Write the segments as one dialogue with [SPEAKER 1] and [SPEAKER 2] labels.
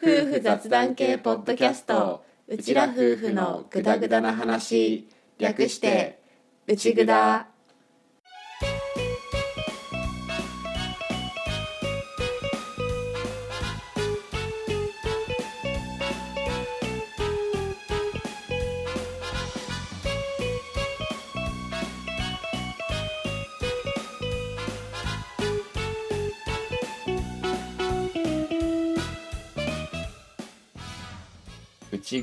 [SPEAKER 1] 夫婦雑談系ポッドキャストうちら夫婦のグダグダな話略してうちぐだ
[SPEAKER 2] 内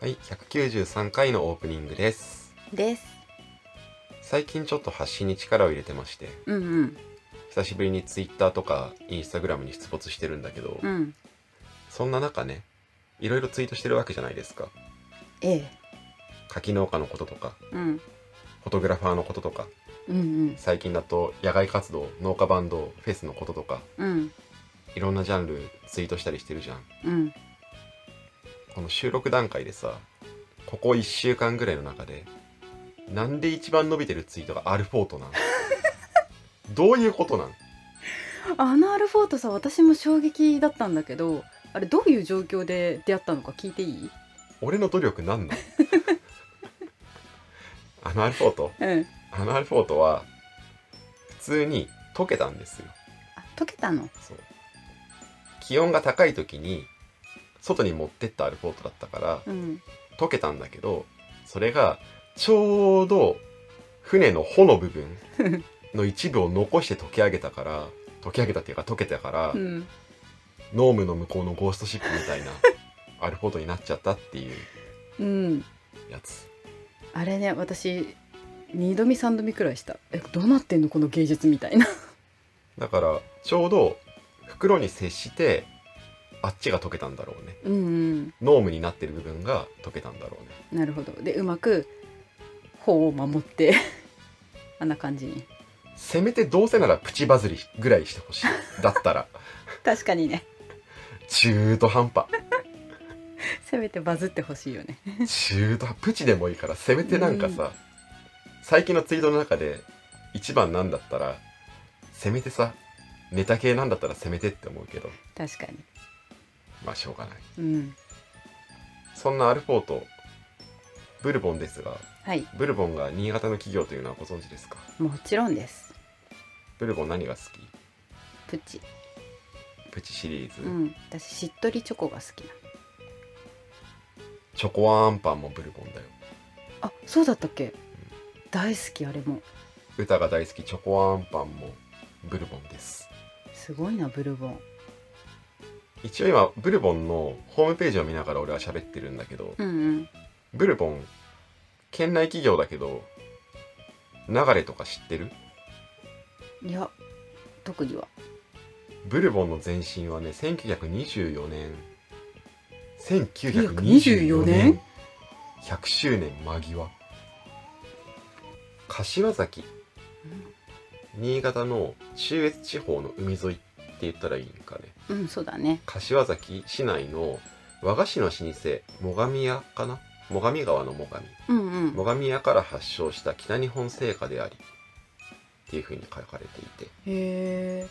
[SPEAKER 2] はい193回のオープニングです
[SPEAKER 3] です
[SPEAKER 2] 最近ちょっと発信に力を入れてまして
[SPEAKER 3] うんうん
[SPEAKER 2] 久しぶりにツイッターとかインスタグラムに出没してるんだけど、
[SPEAKER 3] うん
[SPEAKER 2] そんな中ねいろいろツイートしてるわけじゃないですか
[SPEAKER 3] ええ
[SPEAKER 2] 柿農家のこととか
[SPEAKER 3] うん
[SPEAKER 2] フォトグラファーのこととか
[SPEAKER 3] うん
[SPEAKER 2] 最近だと野外活動農家バンドフェスのこととか
[SPEAKER 3] うんうん
[SPEAKER 2] いろんなジャンルツイートしたりしてるじゃん
[SPEAKER 3] うん
[SPEAKER 2] この収録段階でさここ1週間ぐらいの中でなんで一番伸びてるツイートがアルフォー トなんどういうことなん
[SPEAKER 4] あのアルフォートさ私も衝撃だったんだけどあれどういう状況で出会ったのか聞いていい
[SPEAKER 2] 俺の努力なんなん あのアルフォート
[SPEAKER 4] うん
[SPEAKER 2] あのアルフォートは普通に溶けたんですよ
[SPEAKER 4] あ溶けたの
[SPEAKER 2] そう気温が高い時に外に持ってったアルフォートだったから
[SPEAKER 4] うん
[SPEAKER 2] 溶けたんだけどそれがちょうど船の帆の部分 の一部を残して溶け上げたから溶け上げたっていうか溶けたから、
[SPEAKER 4] うん
[SPEAKER 2] ノームの向こうのゴーストシップみたいなアルフォートになっちゃったっていう
[SPEAKER 4] うん
[SPEAKER 2] やつ
[SPEAKER 4] あれね私2度見3度見くらいしたえどうなってんのこの芸術みたいな
[SPEAKER 2] だからちょうど袋に接してあっちが溶けたんだろうね
[SPEAKER 4] うん、うん、
[SPEAKER 2] ノームになってる部分が溶けたんだろうね
[SPEAKER 4] なるほどでうまく頬を守って あんな感じに
[SPEAKER 2] せめてどうせならプチバズりぐらいしてほしい。だったら、
[SPEAKER 4] 確かにね
[SPEAKER 2] 中途半端。
[SPEAKER 4] せめてバズってほしいよね
[SPEAKER 2] 中途半プチでもいいから、せめてなんかさ、最近のツイートの中で、一番なんだったら、せめてさ、ネタ系なんだったらせめてって思うけど、
[SPEAKER 4] 確かに
[SPEAKER 2] まあしょうがない。
[SPEAKER 4] うん
[SPEAKER 2] そんなアルフォート、ブルボンですが、
[SPEAKER 4] はい
[SPEAKER 2] ブルボンが新潟の企業というのはご存知ですか
[SPEAKER 4] もちろんです
[SPEAKER 2] ブルボン何が好き
[SPEAKER 4] プチ
[SPEAKER 2] プチシリーズ、
[SPEAKER 4] うん私しっとりチョコが好きな
[SPEAKER 2] チョコアンパンもブルボンだよ。
[SPEAKER 4] あそうだったっけ大好きあれも
[SPEAKER 2] 歌が大好きチョコアンパンもブルボンです。
[SPEAKER 4] すごいなブルボン
[SPEAKER 2] 一応今ブルボンのホームページを見ながら俺は喋ってるんだけど
[SPEAKER 4] うんうん
[SPEAKER 2] ブルボン県内企業だけど流れとか知ってる
[SPEAKER 4] いや特には
[SPEAKER 2] ブルボンの前身はね1924年1924
[SPEAKER 4] 1924
[SPEAKER 2] 年
[SPEAKER 4] 年
[SPEAKER 2] 100周年間際柏崎新潟の中越地方の海沿いって言ったらいいんかね
[SPEAKER 4] うんそうだね
[SPEAKER 2] 柏崎市内の和菓子の老舗最上屋かな最上川の最上
[SPEAKER 4] うんうん
[SPEAKER 2] 最上屋から発祥した北日本製菓でありっていうふうに書かれていて
[SPEAKER 4] へ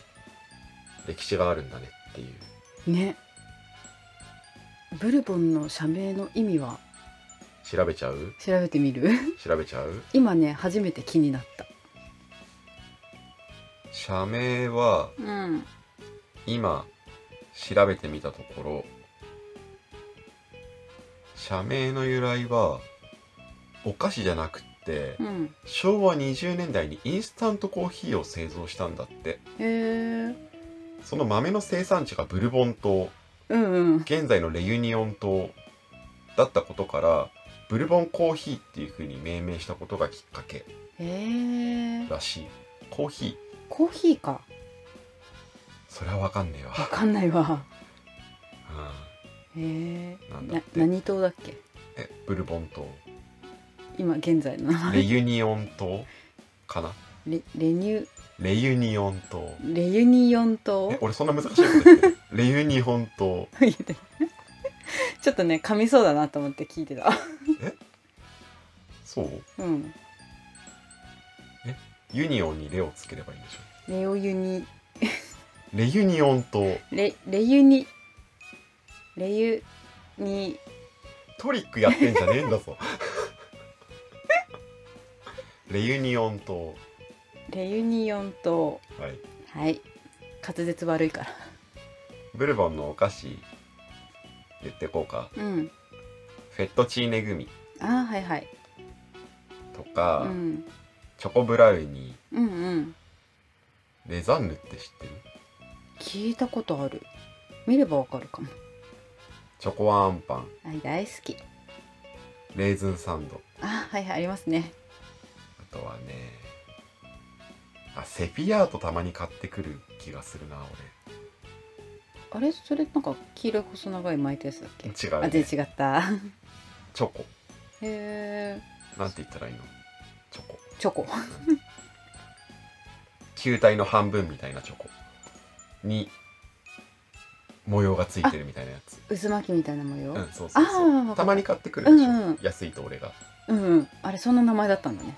[SPEAKER 2] 歴史があるんだねっていう
[SPEAKER 4] えねブルボンの社名の意味は
[SPEAKER 2] 調べちゃう
[SPEAKER 4] 調べてみ る
[SPEAKER 2] 調べちゃう
[SPEAKER 4] 今ね初めて気になった
[SPEAKER 2] 社名は
[SPEAKER 4] うん
[SPEAKER 2] 今調べてみたところ社名の由来はお菓子じゃなくって
[SPEAKER 4] うん
[SPEAKER 2] 昭和20年代にインスタントコーヒーを製造したんだって
[SPEAKER 4] へえ
[SPEAKER 2] その豆の生産地がブルボン島
[SPEAKER 4] うんうん
[SPEAKER 2] 現在のレユニオン島だったことからブルボンコーヒーっていう風に命名したことがきっかけ
[SPEAKER 4] へえ
[SPEAKER 2] らしいコーヒー
[SPEAKER 4] コーヒーか
[SPEAKER 2] それはわかんねえわ
[SPEAKER 4] わかんないわ
[SPEAKER 2] うん
[SPEAKER 4] へえ
[SPEAKER 2] なんだ
[SPEAKER 4] な
[SPEAKER 2] って
[SPEAKER 4] 何島だっけ
[SPEAKER 2] えブルボン島
[SPEAKER 4] 今現在の名前
[SPEAKER 2] レユニオン島かな
[SPEAKER 4] レレニュ
[SPEAKER 2] レユニオン島
[SPEAKER 4] レユニオン島
[SPEAKER 2] え 俺そんな難しいこと言って るレユニオン島
[SPEAKER 4] 言ってちょっとね噛みそうだなと思って聞いてた
[SPEAKER 2] そう
[SPEAKER 4] うん
[SPEAKER 2] ユニオンにレをつければいいんでしょ
[SPEAKER 4] レオユニ
[SPEAKER 2] レユニオン島
[SPEAKER 4] レレユニレユニ
[SPEAKER 2] トリックやってんじゃねえんだ ぞレユニオン島
[SPEAKER 4] レユニオン島
[SPEAKER 2] はい
[SPEAKER 4] はい滑舌悪いから
[SPEAKER 2] ブルボンのお菓子言ってこうか
[SPEAKER 4] うん
[SPEAKER 2] フェットチーネグミ
[SPEAKER 4] あーはいはい、
[SPEAKER 2] と
[SPEAKER 4] う
[SPEAKER 2] か、
[SPEAKER 4] ん、
[SPEAKER 2] チョコブラウニ
[SPEAKER 4] うんうん
[SPEAKER 2] ーレザンヌって知ってる
[SPEAKER 4] 聞いたことある見ればわかるかも
[SPEAKER 2] チョコアンパン
[SPEAKER 4] あ大好き
[SPEAKER 2] レーズンサンド
[SPEAKER 4] あはいはいありますね
[SPEAKER 2] あとはねあセピアートたまに買ってくる気がするな
[SPEAKER 4] あれそれなんか黄色い細長い巻いたやつだっけ
[SPEAKER 2] 俺違
[SPEAKER 4] あ
[SPEAKER 2] う、ね、
[SPEAKER 4] 全然違った
[SPEAKER 2] チョコ
[SPEAKER 4] へえ
[SPEAKER 2] なんて言ったらいいのチョコ
[SPEAKER 4] チョコ
[SPEAKER 2] 球体の半分みたいなチョコに模様がついてるみたいなやつ
[SPEAKER 4] 渦巻きみたいな模様、
[SPEAKER 2] うんそうそ
[SPEAKER 4] あー
[SPEAKER 2] う
[SPEAKER 4] わか
[SPEAKER 2] そ
[SPEAKER 4] っ
[SPEAKER 2] う
[SPEAKER 4] た
[SPEAKER 2] たまに買ってくるでしょ、
[SPEAKER 4] うんうん
[SPEAKER 2] 安いと俺が
[SPEAKER 4] うんうんあれそんな名前だったんだね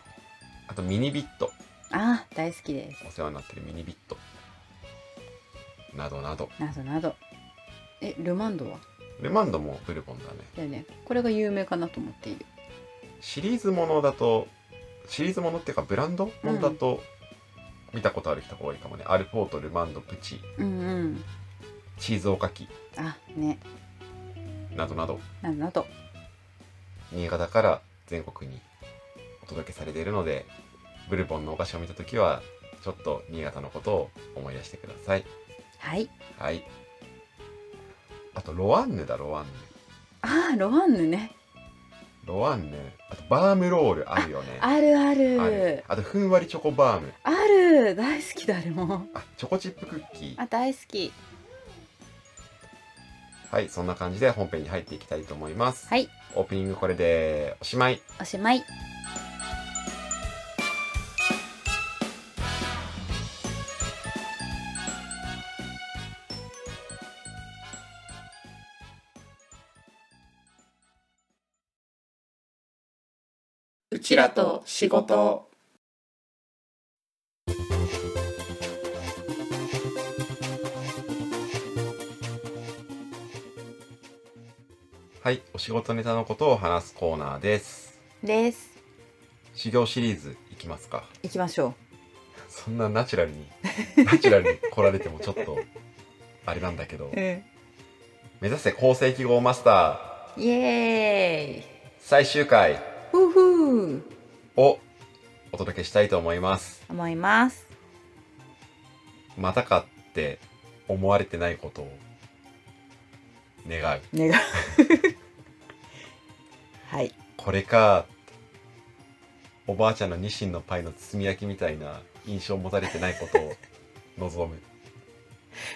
[SPEAKER 2] あとミニビット
[SPEAKER 4] あー大好きです
[SPEAKER 2] お世話になってるミニビットなどなど
[SPEAKER 4] などなどえルマンドは
[SPEAKER 2] ルマンドもブルボンだね
[SPEAKER 4] だよねこれが有名かなと思っている
[SPEAKER 2] シリーズものだとシリーズものっていうかブランドものだと、見たことある人が多いかもねアルフォートルマンドプチ
[SPEAKER 4] うんうん
[SPEAKER 2] チーズおかき
[SPEAKER 4] あね
[SPEAKER 2] などなど
[SPEAKER 4] などなど
[SPEAKER 2] 新潟から全国にお届けされているのでブルボンのお菓子を見た時はちょっと新潟のことを思い出してください
[SPEAKER 4] はい
[SPEAKER 2] はいあとロワンヌだロワンヌ
[SPEAKER 4] あーロワンヌね
[SPEAKER 2] ロワンヌあとバームロールあるよね
[SPEAKER 4] あるあ
[SPEAKER 2] あ
[SPEAKER 4] る
[SPEAKER 2] るあとふんわりチョコバーム
[SPEAKER 4] ある大好きだあれも
[SPEAKER 2] あチョコチップクッキー
[SPEAKER 4] あ大好き
[SPEAKER 2] はいそんな感じで本編に入っていきたいと思います
[SPEAKER 4] はい
[SPEAKER 2] オープニングこれでおしまい
[SPEAKER 4] おしまい
[SPEAKER 1] うちらと仕事
[SPEAKER 2] はいお仕事ネタのことを話すコーナーです
[SPEAKER 4] です
[SPEAKER 2] 修行シリーズいきますか
[SPEAKER 4] 行きましょ
[SPEAKER 2] そんなナチュラ ルにナチュラルに来られてもちょっとあれなんだけど
[SPEAKER 4] う、ん、
[SPEAKER 2] 目指せ高成記号マスター
[SPEAKER 4] イエーイ
[SPEAKER 2] 最終回
[SPEAKER 4] ふうふう
[SPEAKER 2] をお届けしたいと思います
[SPEAKER 4] 思います
[SPEAKER 2] またかって思われてないことを願う
[SPEAKER 4] 願う はい
[SPEAKER 2] これかおばあちゃんのニシンのパイの包み焼きみたいな印象を持たれてないことを望む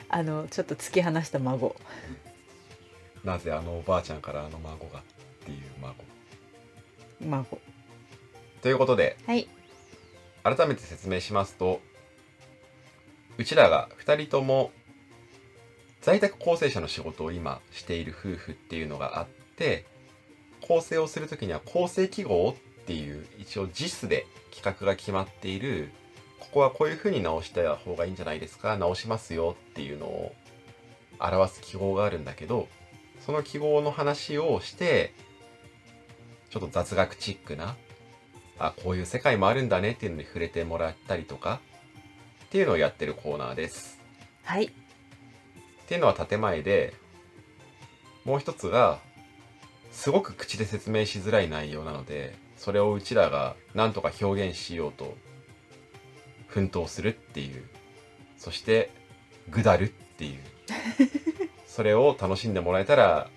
[SPEAKER 4] あのちょっと突き放した孫
[SPEAKER 2] なぜあのおばあちゃんからあの孫がっていう孫
[SPEAKER 4] 孫
[SPEAKER 2] ということで
[SPEAKER 4] はい
[SPEAKER 2] 改めて説明しますとうちらが2人とも在宅構成者の仕事を今している夫婦っていうのがあって構成をする時には構成記号っていう一応 JIS で企画が決まっているここはこういう風に直した方がいいんじゃないですか直しますよっていうのを表す記号があるんだけどその記号の話をしてちょっと雑学チックなあこういう世界もあるんだねっていうのに触れてもらったりとかっていうのをやってるコーナーです。
[SPEAKER 4] はい
[SPEAKER 2] っていうのは建前でもう一つがすごく口で説明しづらい内容なのでそれをうちらがなんとか表現しようと奮闘するっていうそしてぐだるっていうそれを楽しんでもらえたら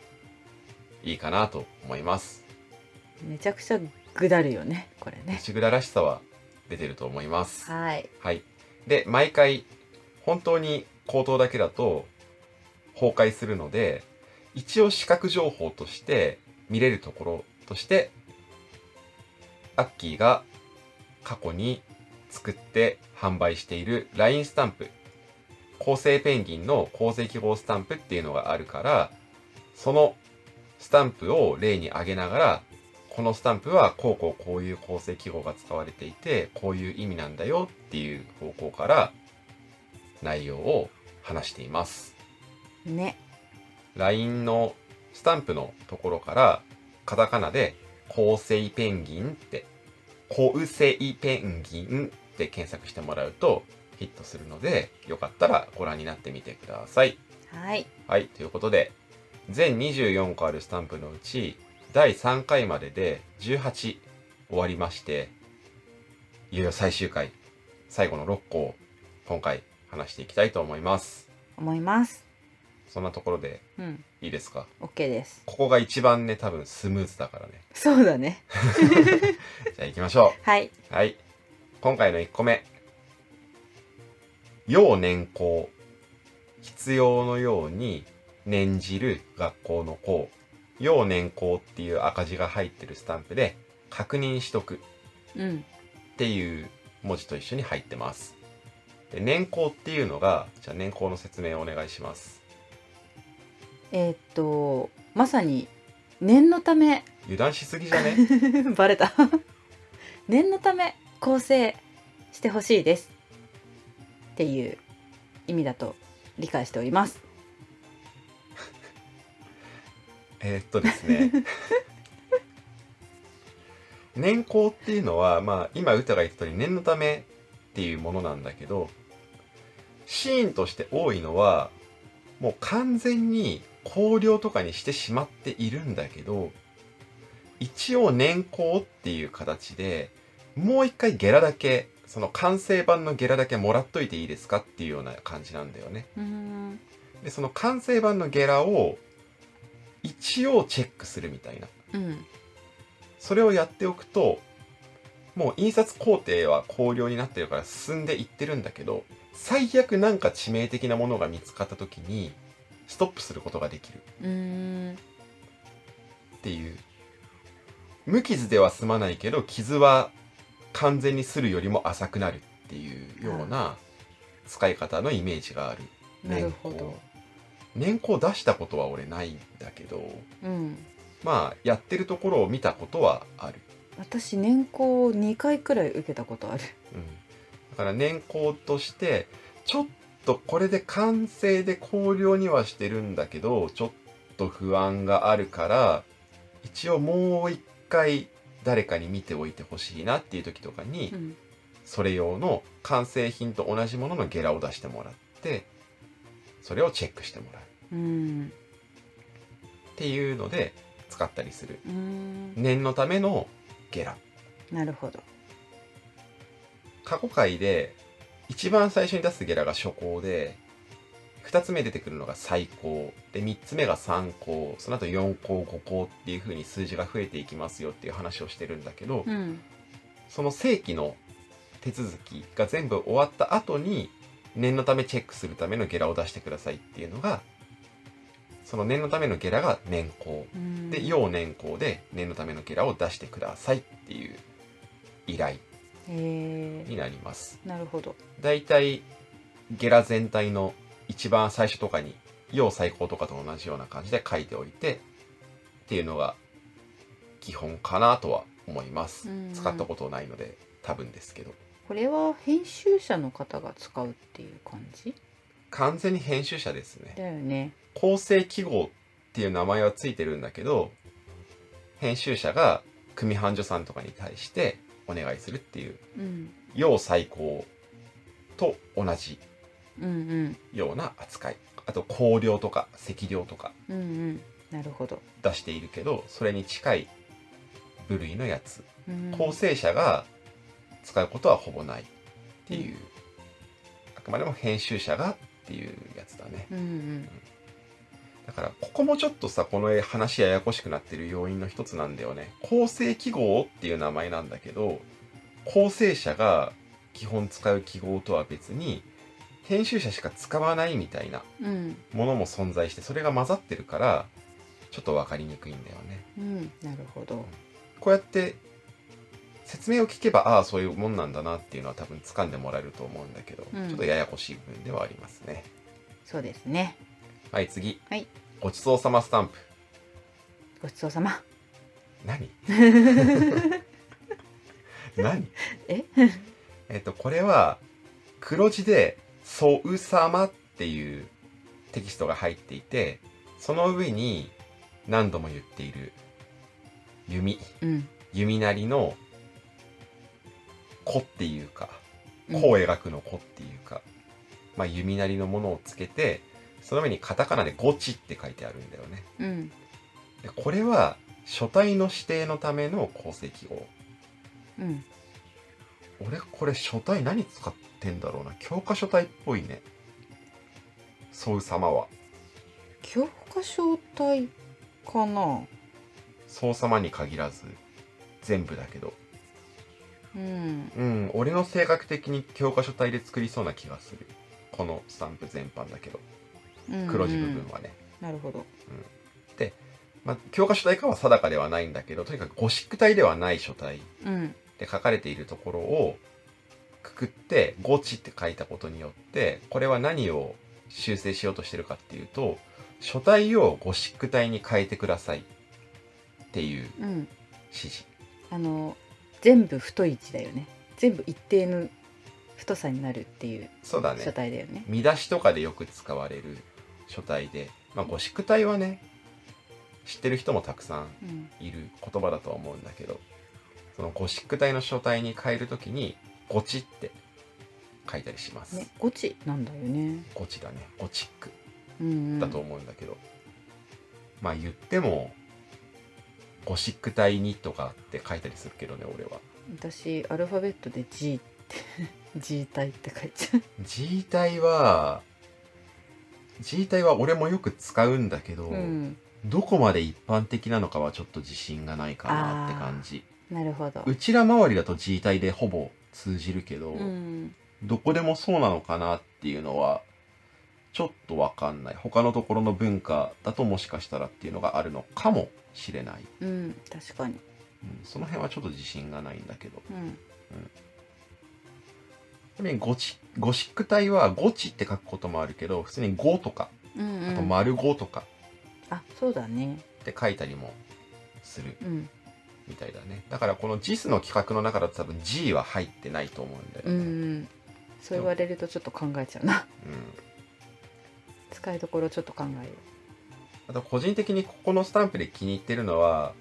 [SPEAKER 2] いいかなと思います。
[SPEAKER 4] めちゃくちゃぐだるよねこれね
[SPEAKER 2] 内ぐららしさは出てると思います。
[SPEAKER 4] はい
[SPEAKER 2] はい。で、毎回、本当に口頭だけだと崩壊するので一応視覚情報として見れるところとしてアッキーが過去に作って販売している LINE スタンプ構成ペンギンの構成記号スタンプっていうのがあるからそのスタンプを例に挙げながらこのスタンプはこうこうこういう構成記号が使われていてこういう意味なんだよっていう方向から内容を話しています
[SPEAKER 4] ね
[SPEAKER 2] LINE のスタンプのところからカタカナで「構成ペンギン」って「構成ペンギン」って検索してもらうとヒットするのでよかったらご覧になってみてください。
[SPEAKER 4] はい
[SPEAKER 2] はい、ということで全24個あるスタンプのうち第3回までで18終わりましていよいよ最終回最後の6個を今回話していきたいと思います
[SPEAKER 4] 思います
[SPEAKER 2] そんなところで
[SPEAKER 4] うん
[SPEAKER 2] いいですか
[SPEAKER 4] OK です
[SPEAKER 2] ここが一番ね多分スムーズだからね
[SPEAKER 4] そうだね
[SPEAKER 2] じゃあ行きましょ
[SPEAKER 4] はい、
[SPEAKER 2] うはい今回の1個目要年校必要のように念じる学校の校要年校っていう赤字が入ってるスタンプで確認しとく
[SPEAKER 4] うん、
[SPEAKER 2] っていう文字と一緒に入ってます。で年功っていうのがじゃあ年功の説明をお願いします。
[SPEAKER 4] えーっとまさに念のため
[SPEAKER 2] 油断しすぎじゃね
[SPEAKER 4] バレた 念のため構成してほしいですっていう意味だと理解しております
[SPEAKER 2] えーっとですね 年功っていうのはまあ今歌が言った通り念のためっていうものなんだけどシーンとして多いのはもう完全に考慮とかにしてしまっているんだけど一応年功っていう形でもう一回ゲラだけその完成版のゲラだけもらっといていいですかっていうような感じなんだよね。
[SPEAKER 4] うーん
[SPEAKER 2] でその完成版のゲラを一応チェックするみたいな
[SPEAKER 4] うん
[SPEAKER 2] それをやっておくともう印刷工程は考慮になってるから進んでいってるんだけど最悪なんか致命的なものが見つかった時にストップすることができる
[SPEAKER 4] うーん
[SPEAKER 2] っていう無傷では済まないけど傷は完全にするよりも浅くなるっていうような使い方のイメージがある
[SPEAKER 4] なるほど、
[SPEAKER 2] 年功出したことは俺ないんだけど
[SPEAKER 4] うん、
[SPEAKER 2] まあやってるところを見たことはある、
[SPEAKER 4] 私年功を2回くらい受けたことある
[SPEAKER 2] うん、だから年功としてちょっとこれで完成で考慮にはしてるんだけどちょっと不安があるから一応もう一回誰かに見ておいてほしいなっていう時とかに
[SPEAKER 4] うん
[SPEAKER 2] それ用の完成品と同じもののゲラを出してもらってそれをチェックしてもらう
[SPEAKER 4] うん
[SPEAKER 2] っていうので使ったりする
[SPEAKER 4] うーん
[SPEAKER 2] 念のためのゲラ
[SPEAKER 4] なるほど
[SPEAKER 2] 過去回で一番最初に出すゲラが初行で2つ目出てくるのが最高で3つ目が3高その後4高5高っていう風に数字が増えていきますよっていう話をしてるんだけど、
[SPEAKER 4] うん
[SPEAKER 2] その正規の手続きが全部終わった後に念のためチェックするためのゲラを出してくださいっていうのがその念のためのゲラが年功
[SPEAKER 4] うん
[SPEAKER 2] で要年功で念のためのゲラを出してくださいっていう依頼
[SPEAKER 4] え
[SPEAKER 2] になります。
[SPEAKER 4] ー、なるほど
[SPEAKER 2] だいたいゲラ全体の一番最初とかに要最高とかと同じような感じで書いておいてっていうのが基本かなとは思います
[SPEAKER 4] うん
[SPEAKER 2] 使ったことないので多分ですけど
[SPEAKER 4] これは編集者の方が使うっていう感じ
[SPEAKER 2] 完全に編集者ですね
[SPEAKER 4] だよね
[SPEAKER 2] 構成記号っていう名前はついてるんだけど編集者が組版所さんとかに対してお願いするっていう
[SPEAKER 4] うん
[SPEAKER 2] 要最高と同じ
[SPEAKER 4] うん
[SPEAKER 2] ような扱いあと香料とか赤料とか
[SPEAKER 4] うんうんうんなるほど、
[SPEAKER 2] 出しているけどそれに近い部類のやつ
[SPEAKER 4] うん、
[SPEAKER 2] 構成者が使うことはほぼないっていう、あくまでも編集者がっていうやつだね
[SPEAKER 4] うんうん
[SPEAKER 2] だからここもちょっとさこの話ややこしくなってる要因の一つなんだよね構成記号っていう名前なんだけど構成者が基本使う記号とは別に編集者しか使わないみたいな
[SPEAKER 4] うん
[SPEAKER 2] ものも存在してそれが混ざってるからちょっと分かりにくいんだよね。
[SPEAKER 4] うんなるほど
[SPEAKER 2] こうやって説明を聞けばああそういうもんなんだなっていうのは多分掴んでもらえると思うんだけど、
[SPEAKER 4] うん
[SPEAKER 2] ちょっとややこしい部分ではありますね。
[SPEAKER 4] そうですね
[SPEAKER 2] はい次、
[SPEAKER 4] はい
[SPEAKER 2] ごちそうさまスタンプ
[SPEAKER 4] ごちそうさま
[SPEAKER 2] 何何
[SPEAKER 4] え
[SPEAKER 2] えっとこれは黒字で「そうさま」っていうテキストが入っていてその上に何度も言っている弓
[SPEAKER 4] うん
[SPEAKER 2] 弓なりの「子」っていうか「
[SPEAKER 4] うん
[SPEAKER 2] 子」を描くの「子」っていうか、まあ、弓なりのものをつけてその上にカタカナで「ゴチ」って書いてあるんだよね。
[SPEAKER 4] うん
[SPEAKER 2] でこれは書体の指定のための功績を
[SPEAKER 4] うん
[SPEAKER 2] 俺これ書体何使ってんだろうな教科書体っぽいねソウ様は
[SPEAKER 4] 教科書体かな
[SPEAKER 2] ソウ様に限らず全部だけど
[SPEAKER 4] うん
[SPEAKER 2] うん俺の性格的に教科書体で作りそうな気がするこのスタンプ全般だけど
[SPEAKER 4] うん
[SPEAKER 2] 黒字部
[SPEAKER 4] う
[SPEAKER 2] 分
[SPEAKER 4] ん
[SPEAKER 2] はね、
[SPEAKER 4] なるほど
[SPEAKER 2] まあ、教科書体かは定かではないんだけどとにかくゴシック体ではない書体
[SPEAKER 4] うん
[SPEAKER 2] で書かれているところをくくって「ゴチ」って書いたことによってこれは何を修正しようとしてるかっていうと書体をゴシック体に変えてくださいっていう
[SPEAKER 4] うん
[SPEAKER 2] 指示
[SPEAKER 4] あの全部太い位置だよね全部一定の太さになるっていう
[SPEAKER 2] そうだ
[SPEAKER 4] 書
[SPEAKER 2] ね
[SPEAKER 4] 体だよね
[SPEAKER 2] 見出しとかでよく使われる書体で、まあ、ゴシック体はね知ってる人もたくさん
[SPEAKER 4] うん
[SPEAKER 2] いる言葉だとは思うんだけどそのゴシック体の書体に変えるときに「ゴチ」って書いたりします、
[SPEAKER 4] ねゴチなんだよね
[SPEAKER 2] ゴチだねゴチック
[SPEAKER 4] うんうん
[SPEAKER 2] だと思うんだけど、まあ言ってもゴシック体にとかって書いたりするけどね俺は
[SPEAKER 4] 私アルファベットで G って G 体って書いちゃう
[SPEAKER 2] G 体は G 体は俺もよく使うんだけど、
[SPEAKER 4] うん
[SPEAKER 2] どこまで一般的なのかはちょっと自信がないかなって感じ
[SPEAKER 4] なるほど
[SPEAKER 2] うちら周りだと G 体でほぼ通じるけど、
[SPEAKER 4] うん
[SPEAKER 2] どこでもそうなのかなっていうのはちょっとわかんない他のところの文化だともしかしたらっていうのがあるのかもしれない
[SPEAKER 4] うん確かに
[SPEAKER 2] うんその辺はちょっと自信がないんだけど。
[SPEAKER 4] うん
[SPEAKER 2] ちなみにゴチ、ゴシック体はゴチって書くこともあるけど、普通にゴとか、
[SPEAKER 4] うん
[SPEAKER 2] あ
[SPEAKER 4] う
[SPEAKER 2] と
[SPEAKER 4] ん
[SPEAKER 2] 丸ゴとか
[SPEAKER 4] あそうだね
[SPEAKER 2] って書いたりもする
[SPEAKER 4] うん
[SPEAKER 2] みたいだね。だからこの JIS の企画の中だと多分 G は入ってないと思うんだよ
[SPEAKER 4] う
[SPEAKER 2] ね。
[SPEAKER 4] んうんそう言われるとちょっと考えちゃうな
[SPEAKER 2] うん
[SPEAKER 4] 使いどころちょっと考えよ
[SPEAKER 2] あと個人的にここのスタンプで気に入ってるのは、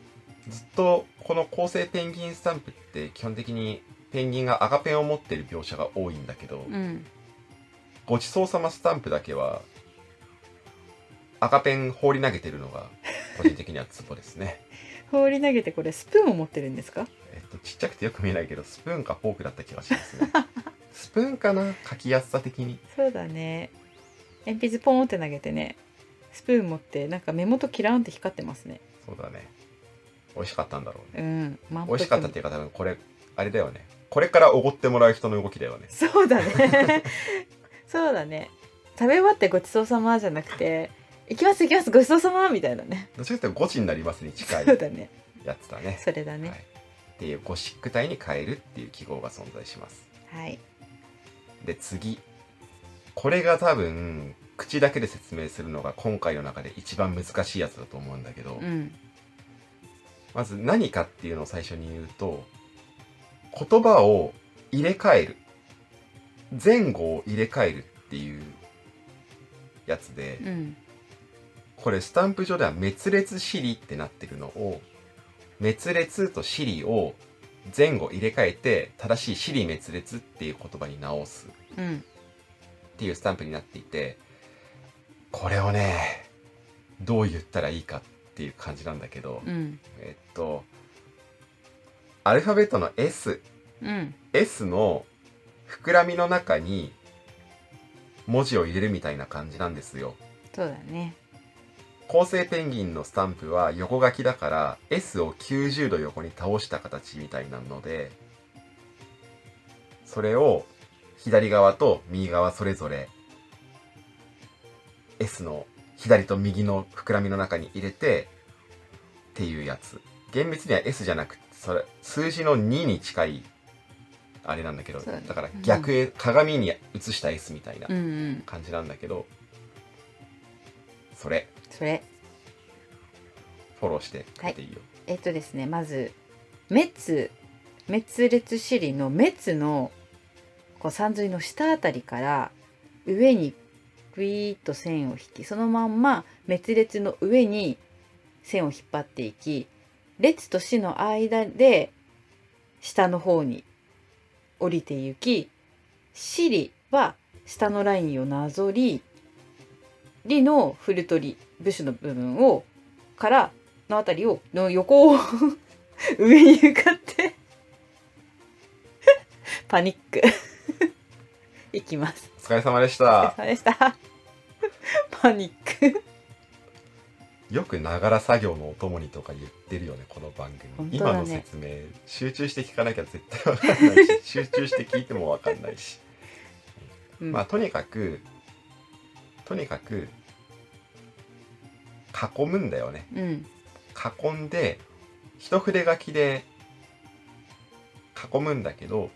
[SPEAKER 2] ずっとこの構成ペンギンスタンプって基本的にペンギンが赤ペンを持ってる描写が多いんだけど、
[SPEAKER 4] ううん
[SPEAKER 2] ごちそうさまスタンプだけは赤ペン放り投げてるのが個人的にはツボで すね
[SPEAKER 4] 放り投げてこれスプーンを持ってるんですか
[SPEAKER 2] えっとちっちゃくてよく見えないけどスプーンかフォークだった気がしますねスプーンかな書きやすさ的に
[SPEAKER 4] そうだね鉛筆ポンって投げてねスプーン持ってなんか目元キラーンって光ってますね
[SPEAKER 2] そうだね美味しかったんだろうね
[SPEAKER 4] うん満
[SPEAKER 2] 美味しかったっ
[SPEAKER 4] に
[SPEAKER 2] ていうか多分これあれだよねこれからおごってもらう人の動きだよね
[SPEAKER 4] そうだねそうだね食べ終わってごちそうさまじゃなくて行きます行きますごちそうさまみたいなね
[SPEAKER 2] どっちかというとゴチになりますに近い
[SPEAKER 4] そうだね
[SPEAKER 2] やつだね
[SPEAKER 4] それだね
[SPEAKER 2] はい、っていうゴシック体に変えるっていう記号が存在します
[SPEAKER 4] はい
[SPEAKER 2] で次これが多分口だけで説明するのが今回の中で一番難しいやつだと思うんだけど、
[SPEAKER 4] うん
[SPEAKER 2] まず何かっていうのを最初に言うと言葉を入れ替える前後を入れ替えるっていうやつで、
[SPEAKER 4] うん
[SPEAKER 2] これスタンプ上では「滅裂シリ」ってなってるのを「滅裂」と「シリ」を前後入れ替えて正しい「シリ滅裂」っていう言葉に直す
[SPEAKER 4] うん
[SPEAKER 2] っていうスタンプになっていてこれをねどう言ったらいいかっていう感じなんだけど、
[SPEAKER 4] うん
[SPEAKER 2] えっとアルファベットの SS
[SPEAKER 4] うん
[SPEAKER 2] の膨らみの中に文字を入れるみたいな感じなんですよ。
[SPEAKER 4] そうだね
[SPEAKER 2] 構成ペンギンのスタンプは横書きだから S を90度横に倒した形みたいなのでそれを左側と右側それぞれ S の左と右の膨らみの中に入れてっていうやつ厳密には S じゃなくてそれ数字の2に近いあれなんだけど
[SPEAKER 4] そうだね
[SPEAKER 2] だから逆へ、鏡に映した S みたいな
[SPEAKER 4] うんうん
[SPEAKER 2] 感じなんだけど、それ
[SPEAKER 4] それ
[SPEAKER 2] フォローしてくれていいよ、
[SPEAKER 4] えっとですねまず滅滅裂シリの滅のこう三髄の下あたりから上にグイーッと線を引きそのまんま滅裂の上に線を引っ張っていき列と死の間で下の方に降りていきシリは下のラインをなぞりリのフル取り部首の部分をからのあたりをの横を 上に向かって パニック いきます。
[SPEAKER 2] お疲れ様でし
[SPEAKER 4] お疲れ
[SPEAKER 2] た
[SPEAKER 4] 様でした。 パニック。
[SPEAKER 2] よくながら作業のお供にとか言ってるよねこの番組、
[SPEAKER 4] 本当だ
[SPEAKER 2] 今
[SPEAKER 4] ね
[SPEAKER 2] の説明集中して聞かなきゃ絶対わかんない し集中して聞いてもわかんないし、
[SPEAKER 4] うん
[SPEAKER 2] まあとにかくとにかく囲むんだよね
[SPEAKER 4] うん
[SPEAKER 2] 囲んで一筆書きで囲むんだけど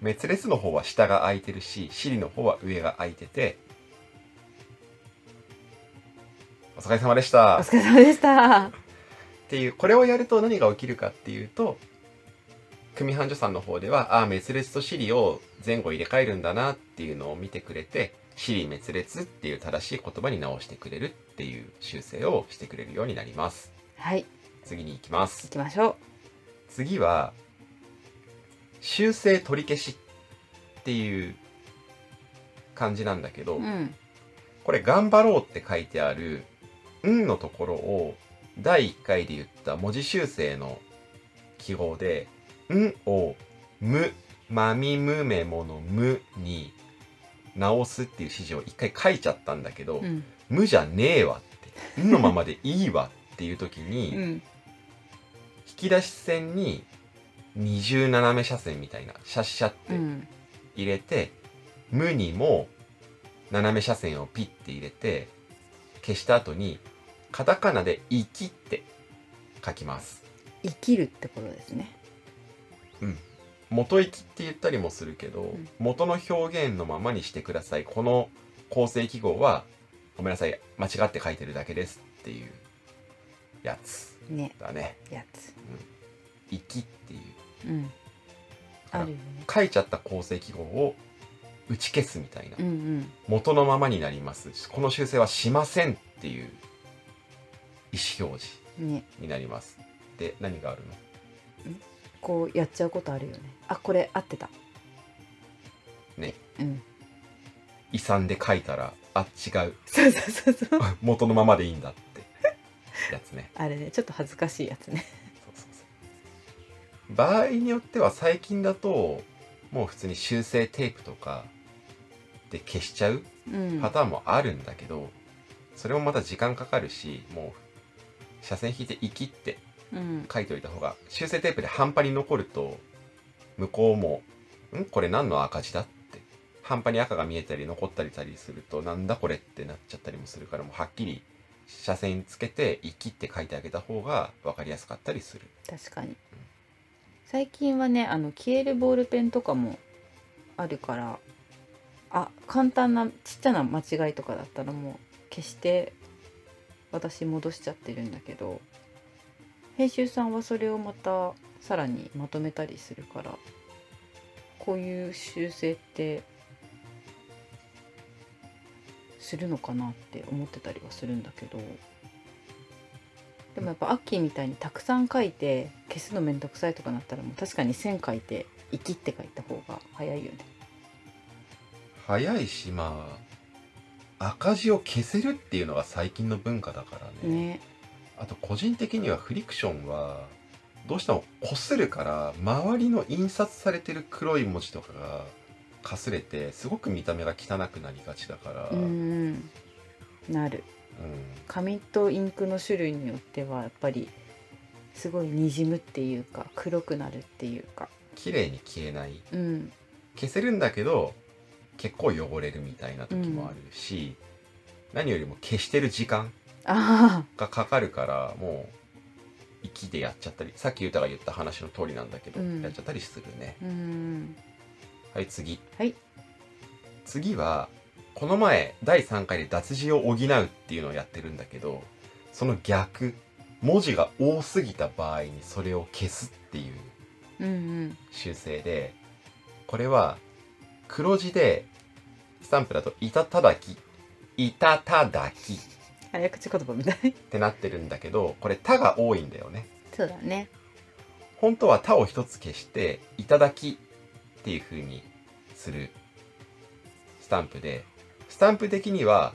[SPEAKER 2] 滅裂の方は下が空いてるし尻の方は上が空いててお疲れ様でし
[SPEAKER 4] お
[SPEAKER 2] た
[SPEAKER 4] 疲れ様でした。
[SPEAKER 2] っていうこれをやると何が起きるかっていうと組版所さんの方ではああ滅裂と尻を前後入れ替えるんだなっていうのを見てくれて尻滅裂っていう正しい言葉に直してくれるっていう修正をしてくれるようになります
[SPEAKER 4] はい
[SPEAKER 2] 次に行きます
[SPEAKER 4] 行きましょ
[SPEAKER 2] 次は修正取り消しっていう感じなんだけど、
[SPEAKER 4] う。うん
[SPEAKER 2] これ「頑張ろう」って書いてある「ん」のところを第1回で言った文字修正の記号で「ん」を「む」「まみむめも」の「む」に直すっていう指示を一回書いちゃったんだけど「
[SPEAKER 4] うん
[SPEAKER 2] む」じゃねえわって「ん」のままでいいわっていう時に、
[SPEAKER 4] うん
[SPEAKER 2] 引き出し線に二重斜め斜線みたいなシャッシャっ
[SPEAKER 4] う
[SPEAKER 2] て
[SPEAKER 4] ん
[SPEAKER 2] 入れて「無」にも斜め斜線をピッて入れて消した後にカタカナで「生き」って書きます
[SPEAKER 4] 生きるってことですね。
[SPEAKER 2] 元生きって言ったりもするけど、
[SPEAKER 4] ん
[SPEAKER 2] 元の表現のままにしてくださいこの構成記号はごめんなさい間違って書いてるだけですっていうやつ
[SPEAKER 4] ね
[SPEAKER 2] だね
[SPEAKER 4] やつ。
[SPEAKER 2] 「生き」っていう
[SPEAKER 4] うんあるよね。
[SPEAKER 2] 書いちゃった構成記号を打ち消すみたいな、
[SPEAKER 4] うんうん
[SPEAKER 2] 元のままになりますこの修正はしませんっていう意思表示
[SPEAKER 4] ね
[SPEAKER 2] になりますで何があるの
[SPEAKER 4] こうやっちゃうことあるよね。あこれ合ってた。
[SPEAKER 2] ね
[SPEAKER 4] うん
[SPEAKER 2] 遺産で書いたらあ違う
[SPEAKER 4] そうそうそうそう。
[SPEAKER 2] 元のままでいいんだってやつね
[SPEAKER 4] あれねちょっと恥ずかしいやつね。
[SPEAKER 2] そうそうそう場合によっては最近だともう普通に修正テープとかで消しちゃう
[SPEAKER 4] うん
[SPEAKER 2] パターンもあるんだけどそれもまた時間かかるしもう斜線引いて「生き」って
[SPEAKER 4] うん
[SPEAKER 2] 書いておいた方が修正テープで半端に残ると向こうも「んこれ何の赤字だ?」って半端に赤が見えたり残ったりたりすると「なんだこれ?」ってなっちゃったりもするからもうはっきり斜線つけて「生き」って書いてあげた方が分かりやすかったりする。
[SPEAKER 4] 確かに最近はねあの消えるボールペンとかもあるからあ簡単なちっちゃな間違いとかだったらもう消して私戻しちゃってるんだけど編集さんはそれをまたさらにまとめたりするからこういう修正ってするのかなって思ってたりはするんだけどでもやっぱアッキーみたいにたくさん書いて消すのめんどくさいとかなったらもう確かに線書いて「生き」って書いた方が早いよね。
[SPEAKER 2] 早いしまあ赤字を消せるっていうのが最近の文化だから
[SPEAKER 4] ね
[SPEAKER 2] あと個人的にはフリクションはどうしてもこするから周りの印刷されてる黒い文字とかがかすれてすごく見た目が汚くなりがちだから、
[SPEAKER 4] うんうんなる
[SPEAKER 2] うん
[SPEAKER 4] 紙とインクの種類によってはやっぱりすごいにじむっていうか黒くなるっていうか
[SPEAKER 2] 綺麗に消えない
[SPEAKER 4] うん
[SPEAKER 2] 消せるんだけど結構汚れるみたいな時もあるし、何よりも消してる時間
[SPEAKER 4] あ
[SPEAKER 2] がかかるからもう息でやっちゃったりさっき歌が言った話の通りなんだけど、
[SPEAKER 4] うん
[SPEAKER 2] やっちゃったりするね
[SPEAKER 4] あうん
[SPEAKER 2] はい次
[SPEAKER 4] はい
[SPEAKER 2] 次はこの前第3回で脱字を補うっていうのをやってるんだけどその逆文字が多すぎた場合にそれを消すっていう
[SPEAKER 4] うんうん
[SPEAKER 2] 修正でこれは黒字でスタンプだと「いたただき」「いたただき」っ
[SPEAKER 4] 早口言葉みたい
[SPEAKER 2] てなってるんだけどこれ「た」が多いんだよね
[SPEAKER 4] そうだね
[SPEAKER 2] 本当は「た」を一つ消して「いただき」っていう風にするスタンプでスタンプ的には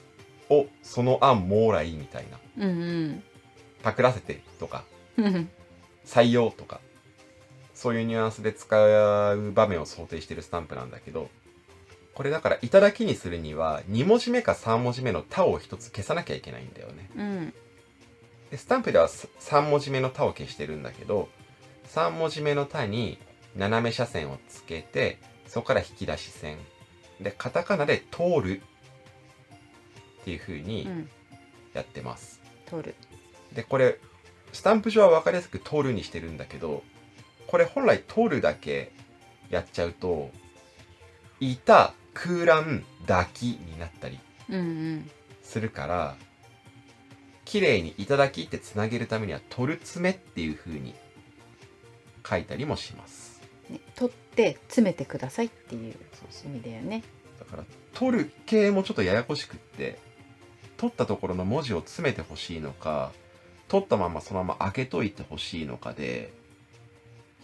[SPEAKER 2] 「おその案もらい」みたいな
[SPEAKER 4] うん
[SPEAKER 2] 「パクらせて」とか
[SPEAKER 4] うん
[SPEAKER 2] 採用とかそういうニュアンスで使う場面を想定してるスタンプなんだけどこれだから「いただき」にするには2文字目か3文字目の「た」を1つ消さなきゃいけないんだよね
[SPEAKER 4] うん
[SPEAKER 2] でスタンプでは3文字目の「た」を消してるんだけど3文字目の「た」に斜め斜線をつけてそこから引き出し線でカタカナで「通る」っていう風
[SPEAKER 4] う
[SPEAKER 2] に
[SPEAKER 4] ん
[SPEAKER 2] やってます、
[SPEAKER 4] 取る
[SPEAKER 2] でこれスタンプ上は分かりやすく「通る」にしてるんだけどこれ本来「通る」だけやっちゃうと「いた」「空欄」「抱き」になったり
[SPEAKER 4] うんうん
[SPEAKER 2] するから綺麗に「いただき」ってつなげるためには「取る爪」っていう風に書いたりもします
[SPEAKER 4] ね、取って詰めてくださいっていう
[SPEAKER 2] そうそ
[SPEAKER 4] 意
[SPEAKER 2] う
[SPEAKER 4] 味だよね
[SPEAKER 2] だから「取る」系もちょっとややこしくって取ったところの文字を詰めてほしいのか取ったままそのまま開けといてほしいのかで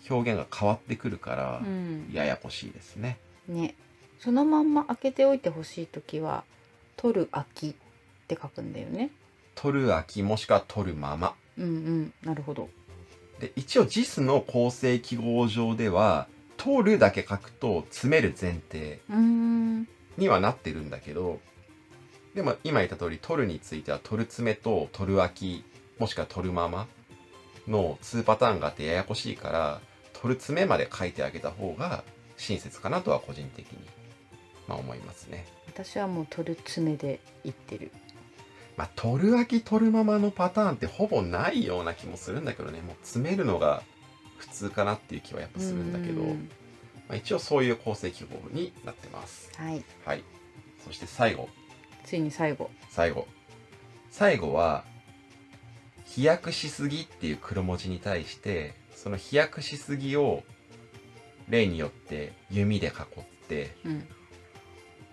[SPEAKER 2] 表現が変わってくるから
[SPEAKER 4] うん
[SPEAKER 2] ややこしいですね。
[SPEAKER 4] ねそのまんま開けておいてほしい時は「取る空き」って書くんだよね
[SPEAKER 2] 取る開きもしくは取るまま。
[SPEAKER 4] うんうんなるほど
[SPEAKER 2] で一応 JIS の構成記号上では取るだけ書くと詰める前提
[SPEAKER 4] うーん
[SPEAKER 2] にはなってるんだけどでも今言った通り「取る」については「取る爪」と「取る空き」もしくは「取るまま」の2パターンがあってややこしいから「取る爪」まで書いてあげた方が親切かなとは個人的に、まあ、思いますね。
[SPEAKER 4] 私はもう「取る爪」で言ってる
[SPEAKER 2] まあ、取る空き取るままのパターンってほぼないような気もするんだけどねもう詰めるのが普通かなっていう気はやっぱするんだけど、
[SPEAKER 4] う
[SPEAKER 2] ま
[SPEAKER 4] ん
[SPEAKER 2] あ、一応そういう構成記号になってます。
[SPEAKER 4] はい
[SPEAKER 2] はい、そして最後
[SPEAKER 4] ついに最後
[SPEAKER 2] 最後最後は飛躍しすぎっていう黒文字に対してその飛躍しすぎを例によって弓で囲って
[SPEAKER 4] うん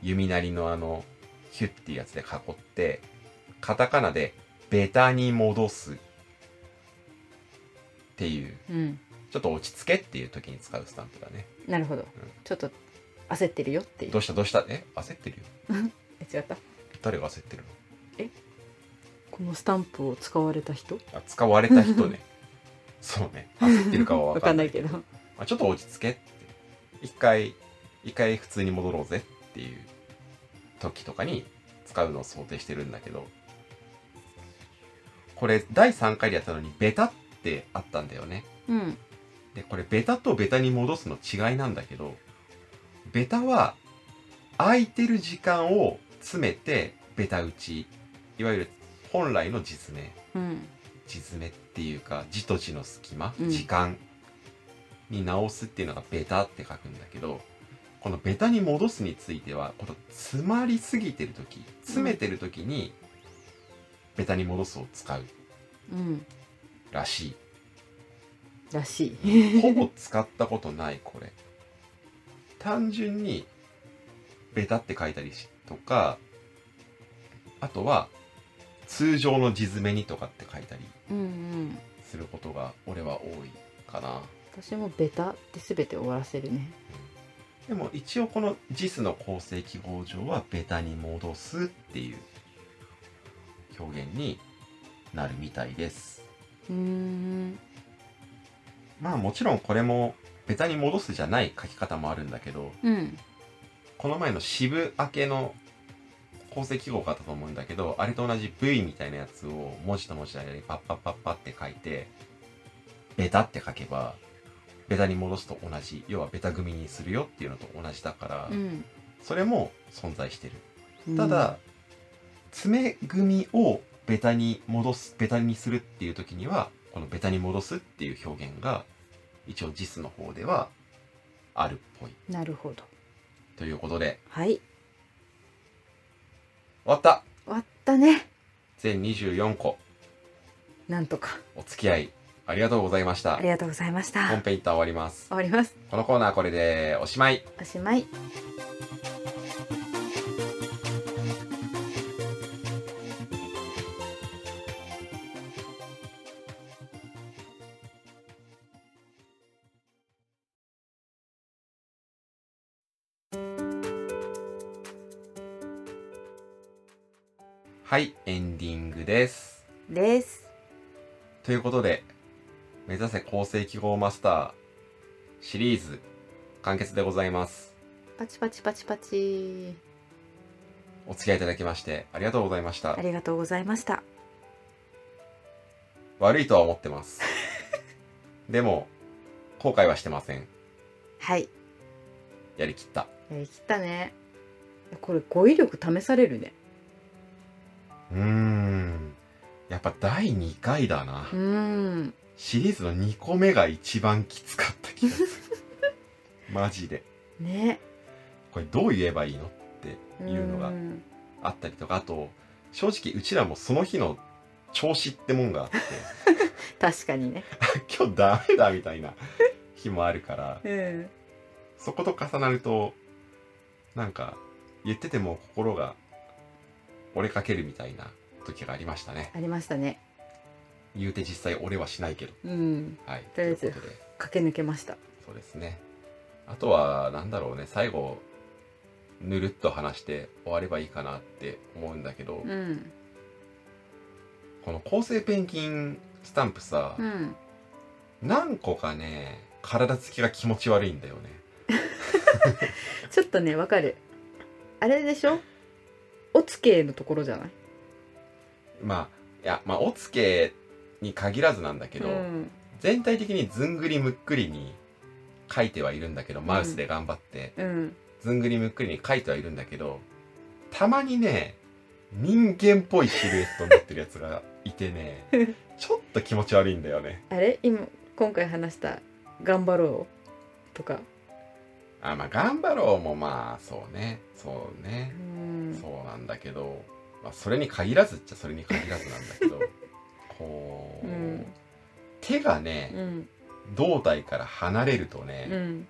[SPEAKER 2] 弓なりのあのヒュッていうやつで囲ってカタカナで「ベタに戻す」っていう
[SPEAKER 4] うん
[SPEAKER 2] ちょっと落ち着けっていう時に使うスタンプだね
[SPEAKER 4] なるほど、ちょっと焦ってるよっていう
[SPEAKER 2] どうしたどうしたえ焦ってるよ
[SPEAKER 4] え違った
[SPEAKER 2] 誰が焦ってるの
[SPEAKER 4] このスタンプを使われた人
[SPEAKER 2] あ使われた 人ねそうね焦ってるかは分
[SPEAKER 4] わ
[SPEAKER 2] か
[SPEAKER 4] か
[SPEAKER 2] ん
[SPEAKER 4] ん
[SPEAKER 2] な
[SPEAKER 4] ないいけど
[SPEAKER 2] まあ、ちょっと落ち着けって一回一回普通に戻ろうぜっていう時とかに使うのを想定してるんだけどこれ第3回でやったのにベタってあったんだよね
[SPEAKER 4] うん
[SPEAKER 2] でこれベタとベタに戻すの違いなんだけどベタは空いてる時間を詰めてベタ打ちいわゆる本来の実名
[SPEAKER 4] うん
[SPEAKER 2] 地詰めっていうか字と字の隙間、
[SPEAKER 4] うん
[SPEAKER 2] 時間に直すっていうのがベタって書くんだけどこのベタに戻すについてはこの詰まりすぎてる時詰めてる時にベタに戻すを使う
[SPEAKER 4] うん
[SPEAKER 2] らし
[SPEAKER 4] らしい
[SPEAKER 2] いほぼ使ったことないこれ単純にベタって書いたりしとかあとは通常の字詰めにとかって書いたり
[SPEAKER 4] うんうん
[SPEAKER 2] することが俺は多いかな
[SPEAKER 4] 私もベタって全て終わらせるね
[SPEAKER 2] でも一応この JIS の構成記号上はベタに戻すっていう表現になるみたいです
[SPEAKER 4] うーん
[SPEAKER 2] まあもちろんこれもベタに戻すじゃない書き方もあるんだけど
[SPEAKER 4] うん
[SPEAKER 2] この前の渋明けの構成記号があったと思うんだけどあれと同じ V みたいなやつを文字と文字の間にパッパッパッパって書いてベタって書けばベタに戻すと同じ要はベタ組にするよっていうのと同じだから、
[SPEAKER 4] うん
[SPEAKER 2] それも存在してるただ、爪組をベタに戻すベタにするっていう時にはこのベタに戻すっていう表現が一応 JIS の方ではあるっぽい
[SPEAKER 4] なるほど
[SPEAKER 2] ということで
[SPEAKER 4] はい
[SPEAKER 2] 終わった
[SPEAKER 4] 終わったね
[SPEAKER 2] 全24個
[SPEAKER 4] なんとか
[SPEAKER 2] お付き合いありがとうございました
[SPEAKER 4] ありがとうございました
[SPEAKER 2] 本
[SPEAKER 4] 終
[SPEAKER 2] 編一旦終わります
[SPEAKER 4] わります
[SPEAKER 2] このコーナーこれでおしまい
[SPEAKER 4] おしまい
[SPEAKER 2] はいエンディングです
[SPEAKER 4] です
[SPEAKER 2] ということで目指せ構成記号マスターシリーズ完結でございます
[SPEAKER 4] パチパチパチパチ
[SPEAKER 2] お付き合いいただきましてありがとうございました
[SPEAKER 4] ありがとうございました
[SPEAKER 2] 悪いとは思ってます でも後悔はしてません
[SPEAKER 4] はい
[SPEAKER 2] やりきった
[SPEAKER 4] やりきったねこれ語彙力試されるね
[SPEAKER 2] うーんやっぱ第2回だな、
[SPEAKER 4] うーん
[SPEAKER 2] シリーズの2個目が一番きつかった気がす るマジで
[SPEAKER 4] ね
[SPEAKER 2] これどう言えばいいのっていうのが
[SPEAKER 4] ん
[SPEAKER 2] あったりとかあと正直うちらもその日の調子ってもんがあって
[SPEAKER 4] 確かにね
[SPEAKER 2] 今日ダメだみたいな日もあるから
[SPEAKER 4] うん
[SPEAKER 2] そこと重なるとなんか言ってても心が折れかけるみたいな時がありましたね
[SPEAKER 4] ありましたね
[SPEAKER 2] 言うて実際折れはしないけど
[SPEAKER 4] うん
[SPEAKER 2] はい
[SPEAKER 4] とりあえず
[SPEAKER 2] いうことで
[SPEAKER 4] 駆け抜けました
[SPEAKER 2] そうですねあとはなんだろうね最後ぬるっと話して終わればいいかなって思うんだけど、
[SPEAKER 4] うん
[SPEAKER 2] この構成ペンキンスタンプさ、
[SPEAKER 4] うん
[SPEAKER 2] 何個かね体つきが気持ち悪いんだよね
[SPEAKER 4] ちょっとねわかるあれでしょおつけのところじゃない
[SPEAKER 2] まあいやまあおつけに限らずなんだけど、
[SPEAKER 4] うん
[SPEAKER 2] 全体的にずんぐりむっくりに書いてはいるんだけどマウスで頑張って、
[SPEAKER 4] うん
[SPEAKER 2] ずんぐりむっくりに書いてはいるんだけどたまにね人間っぽいシルエットになってるやつがいて ねちょっと気持ち悪いんだよね
[SPEAKER 4] あれ今今回話した「頑張ろう」とか
[SPEAKER 2] あまあ頑張ろうもまあそうねそうね
[SPEAKER 4] う、ん
[SPEAKER 2] そうなんだけど、まあ、それに限らずっちゃそれに限らずなんだけ どこう、
[SPEAKER 4] うん
[SPEAKER 2] 手がね、
[SPEAKER 4] うん
[SPEAKER 2] 胴体から離れるとね、
[SPEAKER 4] うん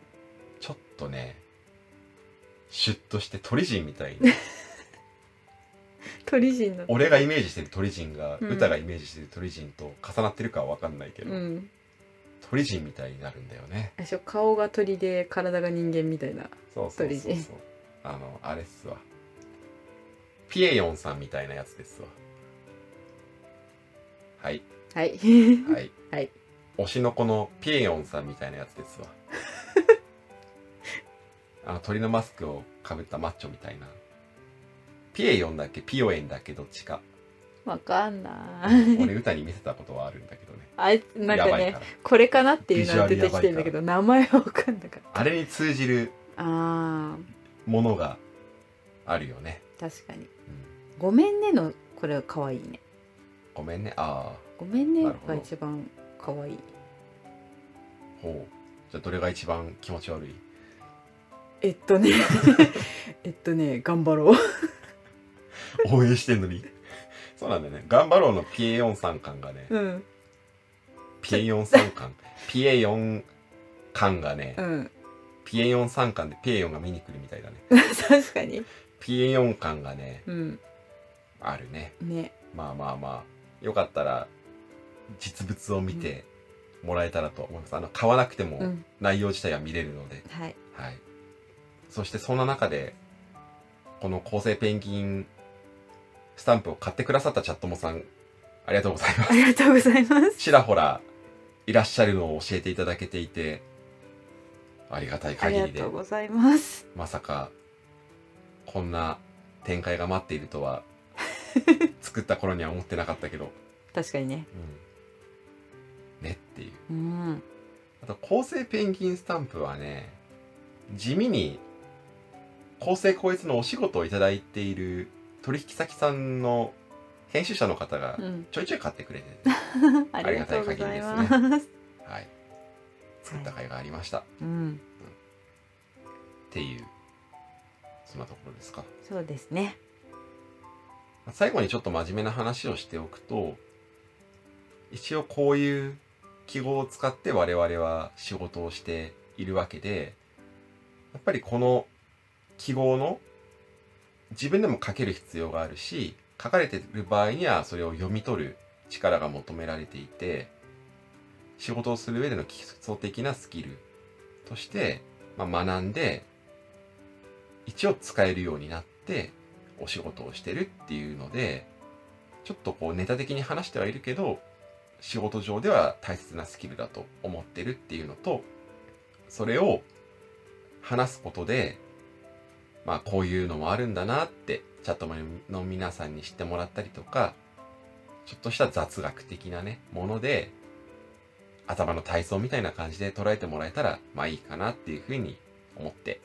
[SPEAKER 2] ちょっとねシュッとして鳥人み たいに
[SPEAKER 4] 鳥人の
[SPEAKER 2] 俺がイメージしてる鳥人が、
[SPEAKER 4] うん
[SPEAKER 2] 歌がイメージしてる鳥人と重なってるかは分かんないけど、
[SPEAKER 4] うん
[SPEAKER 2] 鳥人みたいになるんだよね
[SPEAKER 4] あれでしょ顔が鳥で体が人間みたいな
[SPEAKER 2] そうそうそうそう
[SPEAKER 4] 鳥人
[SPEAKER 2] あのあれっすわピエヨンさんみたいなやつですわはい
[SPEAKER 4] はい
[SPEAKER 2] はい、
[SPEAKER 4] はい、
[SPEAKER 2] 推しの子のピエヨンさんみたいなやつです わあの鳥のマスクをかぶったマッチョみたいなピエヨンだっけピヨエンだっけどっちか
[SPEAKER 4] わかんな
[SPEAKER 2] 俺歌に見せたことはあるんだけどね
[SPEAKER 4] あいつなんか
[SPEAKER 2] やばい
[SPEAKER 4] ね
[SPEAKER 2] から
[SPEAKER 4] これかなっていうのは出てきてんだけど名前はわかんなかった
[SPEAKER 2] あれに通じる
[SPEAKER 4] あ
[SPEAKER 2] ものがあるよね、
[SPEAKER 4] ー確かに
[SPEAKER 2] うん
[SPEAKER 4] 「ごめんね」のこれは可愛いね
[SPEAKER 2] ごめんねああ
[SPEAKER 4] 「ごめんね
[SPEAKER 2] なる」ほど
[SPEAKER 4] が一番可愛い
[SPEAKER 2] ほうじゃあどれが一番気持ち悪い
[SPEAKER 4] えっと ねえっとね頑張ろう
[SPEAKER 2] 応援してんのにそうなんだよね頑張ろうのピエヨンさん感がね、
[SPEAKER 4] うん
[SPEAKER 2] ピエヨンさん感ピエヨン感がね、
[SPEAKER 4] うん
[SPEAKER 2] ピエヨン三巻でピエヨンが見に来るみたいだね。
[SPEAKER 4] 確かに
[SPEAKER 2] ピエヨン感がね、
[SPEAKER 4] うん
[SPEAKER 2] あるね。
[SPEAKER 4] ね
[SPEAKER 2] まあまあまあ、よかったら実物を見てもらえたらと思います。あの、買わなくて
[SPEAKER 4] う
[SPEAKER 2] も
[SPEAKER 4] ん
[SPEAKER 2] 内容自体は見れるので、
[SPEAKER 4] はい
[SPEAKER 2] はい。そしてそんな中で、この構成ペンギンスタンプを買ってくださったチャットモさん、ありがとうございます
[SPEAKER 4] あ。りがとうございます
[SPEAKER 2] ちらほらいらっしゃるのを教えていただけていて、ありがたい
[SPEAKER 4] あ
[SPEAKER 2] 限り
[SPEAKER 4] り
[SPEAKER 2] で
[SPEAKER 4] がとう。ございます
[SPEAKER 2] まさかこんな展開が待っていると は作った頃には思ってなかったけど、
[SPEAKER 4] 確かにね
[SPEAKER 2] うんねっていう
[SPEAKER 4] うん
[SPEAKER 2] あと構成ペンギンスタンプはね地味に構成こいつのお仕事をいただいている取引先さんの編集者の方が
[SPEAKER 4] うん、
[SPEAKER 2] ちょいちょい買ってくれて、
[SPEAKER 4] あ
[SPEAKER 2] り
[SPEAKER 4] りが
[SPEAKER 2] がた
[SPEAKER 4] と
[SPEAKER 2] いう
[SPEAKER 4] ご
[SPEAKER 2] 限り
[SPEAKER 4] ざ
[SPEAKER 2] で
[SPEAKER 4] い
[SPEAKER 2] すね
[SPEAKER 4] ます。
[SPEAKER 2] はい、作った甲斐がありましたっ
[SPEAKER 4] うん、
[SPEAKER 2] ていうそんなところですか
[SPEAKER 4] そうですね。
[SPEAKER 2] 最後にちょっと真面目な話をしておくと一応こういう記号を使って我々は仕事をしているわけでやっぱりこの記号の自分でも書ける必要があるし書かれてる場合にはそれを読み取る力が求められていて仕事をする上での基礎的なスキルとして、まあ、学んで一応使えるようになってお仕事をしてるっていうのでちょっとこうネタ的に話してはいるけど仕事上では大切なスキルだと思ってるっていうのとそれを話すことでまあこういうのもあるんだなってチャットの皆さんに知ってもらったりとかちょっとした雑学的なねもので頭の体操みたいな感じで捉えてもらえたらまあいいかなっていうふうに思って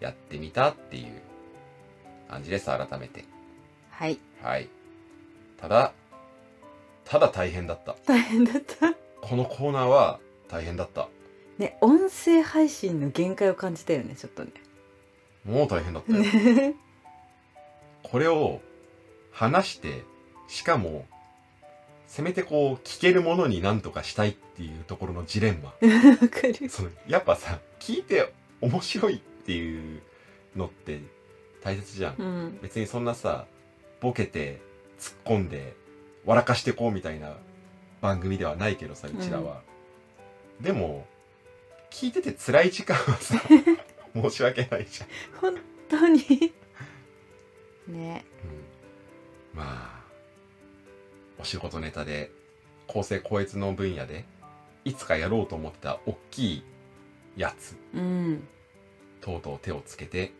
[SPEAKER 2] やってみたっていう感じです改めて
[SPEAKER 4] はい、
[SPEAKER 2] はいただただ大変だった
[SPEAKER 4] 大変だった。
[SPEAKER 2] このコーナーは大変だった
[SPEAKER 4] ね、音声配信の限界を感じたよね、ちょっとね。
[SPEAKER 2] もう大変だったよ
[SPEAKER 4] ね、
[SPEAKER 2] これを話してしかもせめてこう聞けるものになんとかしたいっていうところのジレンマ
[SPEAKER 4] わかる。
[SPEAKER 2] そのやっぱさ聞いて面白いっていうのって大切じゃん
[SPEAKER 4] うん、
[SPEAKER 2] 別にそんなさボケて突っ込んで笑かしてこうみたいな番組ではないけどさうちらは、でも聞いてて辛い時間 はさ申し訳ないじゃん、
[SPEAKER 4] 本当に。ね、
[SPEAKER 2] うんまあお仕事ネタで公正高越の分野でいつかやろうと思ってた大きいやつ
[SPEAKER 4] うん、
[SPEAKER 2] とうとう手をつけて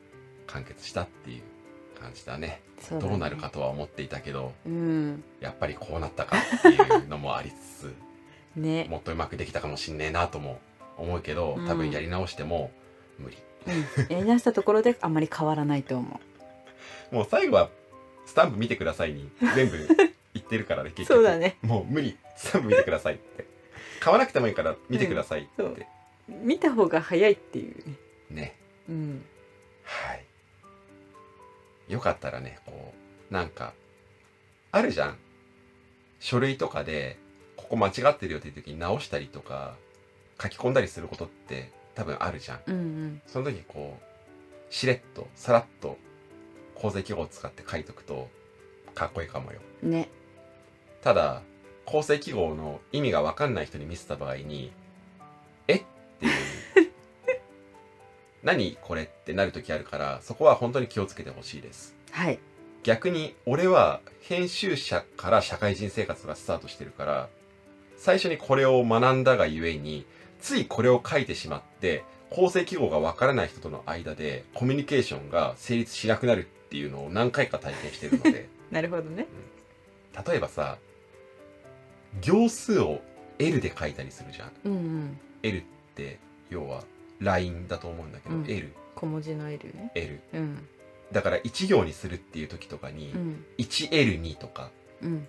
[SPEAKER 2] 完結したっていう感じだね
[SPEAKER 4] そうだね
[SPEAKER 2] どうなるか。とは思っていたけど
[SPEAKER 4] うん、
[SPEAKER 2] やっぱりこうなったかっていうのもありつつ
[SPEAKER 4] ね、
[SPEAKER 2] もっとうまくできたかもしんねえなとも思うけど多分やり直しても無理、
[SPEAKER 4] やり直したところであんまり変わらないと思
[SPEAKER 2] もう最後は「スタンプ見てください」に全部言ってるからね
[SPEAKER 4] う。
[SPEAKER 2] 結
[SPEAKER 4] そ
[SPEAKER 2] 局
[SPEAKER 4] うだね。
[SPEAKER 2] もう無理スタンプ見てくださいって買わなくてもいいから見てくださいって、
[SPEAKER 4] うんそ見た方が早いっていうね。
[SPEAKER 2] ね
[SPEAKER 4] うん、
[SPEAKER 2] はいよかったらねこうなんかあるじゃん書類とかでここ間違ってるよっていう時に直したりとか書き込んだりすることって多分あるじゃん
[SPEAKER 4] うん、うん、
[SPEAKER 2] その時にこうしれっとさらっと構成記号を使って書いとくとかっこいいかもよ
[SPEAKER 4] ね、
[SPEAKER 2] ただ構成記号の意味が分かんない人に見せた場合に「えっ?」ていう 「何これ?」ってなる時あるからそこは本当に気をつけてほしいです
[SPEAKER 4] はい、
[SPEAKER 2] 逆に俺は編集者から社会人生活がスタートしてるから最初にこれを学んだがゆえについこれを書いてしまって構成記号がわからない人との間でコミュニケーションが成立しなくなるっていうのを何回か体験してるので
[SPEAKER 4] なるほどね。
[SPEAKER 2] 例えばさ行数を L で書いたりするじゃん
[SPEAKER 4] うん、うん、
[SPEAKER 2] L って要はラインだと思うんだけど、
[SPEAKER 4] うん
[SPEAKER 2] LL
[SPEAKER 4] 小文字の L ね。うん、
[SPEAKER 2] だから1行にするっていう時とかに、
[SPEAKER 4] うん、
[SPEAKER 2] 1L2 とか
[SPEAKER 4] うん、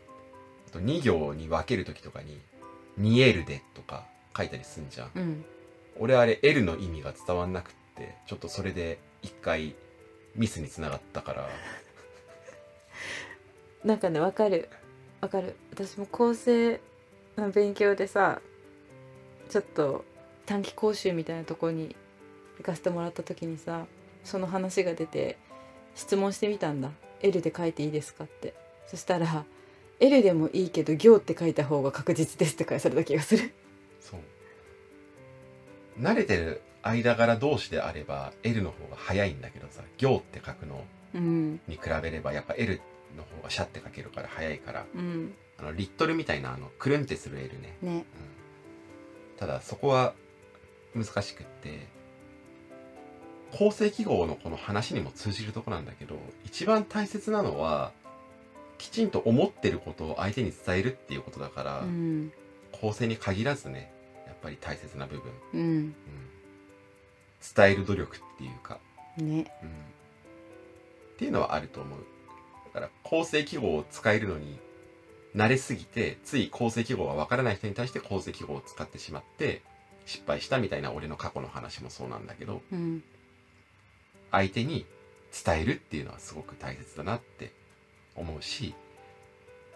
[SPEAKER 2] あと2行に分ける時とかに 2L でとか書いたりすんじゃん、
[SPEAKER 4] うん、
[SPEAKER 2] 俺あれ L の意味が伝わんなくってちょっとそれで一回ミスにつながったから
[SPEAKER 4] なんかねわかるわかる私も構成の勉強でさちょっと短期講習みたいなところに行かせてもらった時にさその話が出て質問してみたんだ「L で書いていいですか?」ってそしたら「L でもいいけど行って書いた方が確実です」って返された気がする
[SPEAKER 2] そう慣れてる間柄同士であれば L の方が早いんだけどさ行って書くの
[SPEAKER 4] うん
[SPEAKER 2] に比べればやっぱ L の方がシャって書けるから早いから
[SPEAKER 4] うん
[SPEAKER 2] あのリットルみたいなあのくるんってする L ね、
[SPEAKER 4] ね
[SPEAKER 2] うんただそこは難しくって構成記号のこの話にも通じるとこなんだけど一番大切なのはきちんと思ってることを相手に伝えるっていうことだから、
[SPEAKER 4] うん
[SPEAKER 2] 構成に限らずねやっぱり大切な部分、うん
[SPEAKER 4] うん
[SPEAKER 2] 伝える努力っていうか、
[SPEAKER 4] ね
[SPEAKER 2] うんっていうのはあると思うだから構成記号を使えるのに慣れすぎてつい構成記号がわからない人に対して構成記号を使ってしまって失敗したみたいな俺の過去の話もそうなんだけど
[SPEAKER 3] うん
[SPEAKER 2] 相手に伝えるっていうのはすごく大切だなって思うし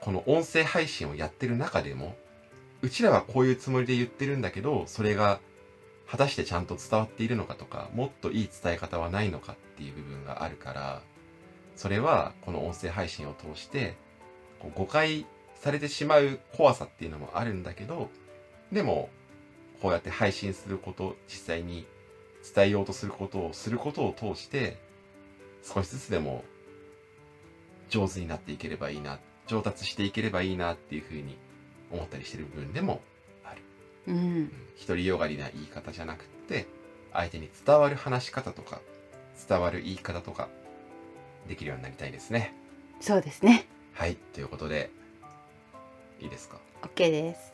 [SPEAKER 2] この音声配信をやってる中でもうちらはこういうつもりで言ってるんだけどそれが果たしてちゃんと伝わっているのかとかもっといい伝え方はないのかっていう部分があるからそれはこの音声配信を通してこう誤解されてしまう怖さっていうのもあるんだけどでもこうやって配信すること実際に伝えようとすることをすることを通して少しずつでも上手になっていければいいな上達していければいいなっていうふうに思ったりしてる部分でも、
[SPEAKER 3] うん
[SPEAKER 2] うん、独りよがりな言い方じゃなくって相手に伝わる話し方とか伝わる言い方とかできるようになりたいですね。
[SPEAKER 4] そうですね
[SPEAKER 2] はいということでいいですか
[SPEAKER 4] OK です